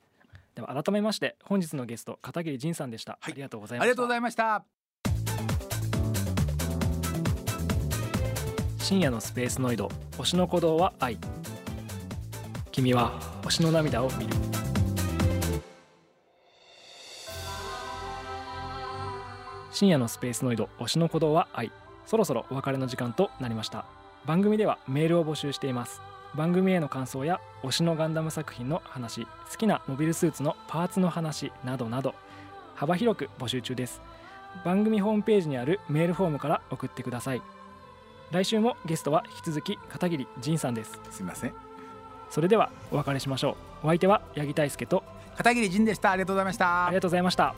Speaker 2: では改めまして本日のゲスト片桐仁さんでした、
Speaker 3: はい
Speaker 2: ありがとうござ
Speaker 3: あ
Speaker 2: い
Speaker 3: り
Speaker 2: ました
Speaker 3: がとうございました
Speaker 2: 深夜のスペースノイド推しの鼓動は愛君は推しの涙を見る深夜のスペースノイド推しの鼓動は愛そろそろお別れの時間となりました番組ではメールを募集しています番組への感想や推しのガンダム作品の話好きなモビルスーツのパーツの話などなど幅広く募集中です番組ホームページにあるメールフォームから送ってください来週もゲストは引き続き片桐仁さんです
Speaker 3: すみません
Speaker 2: それではお別れしましょうお相手は八木大輔と
Speaker 3: 片桐仁でしたありがとうございました
Speaker 2: ありがとうございました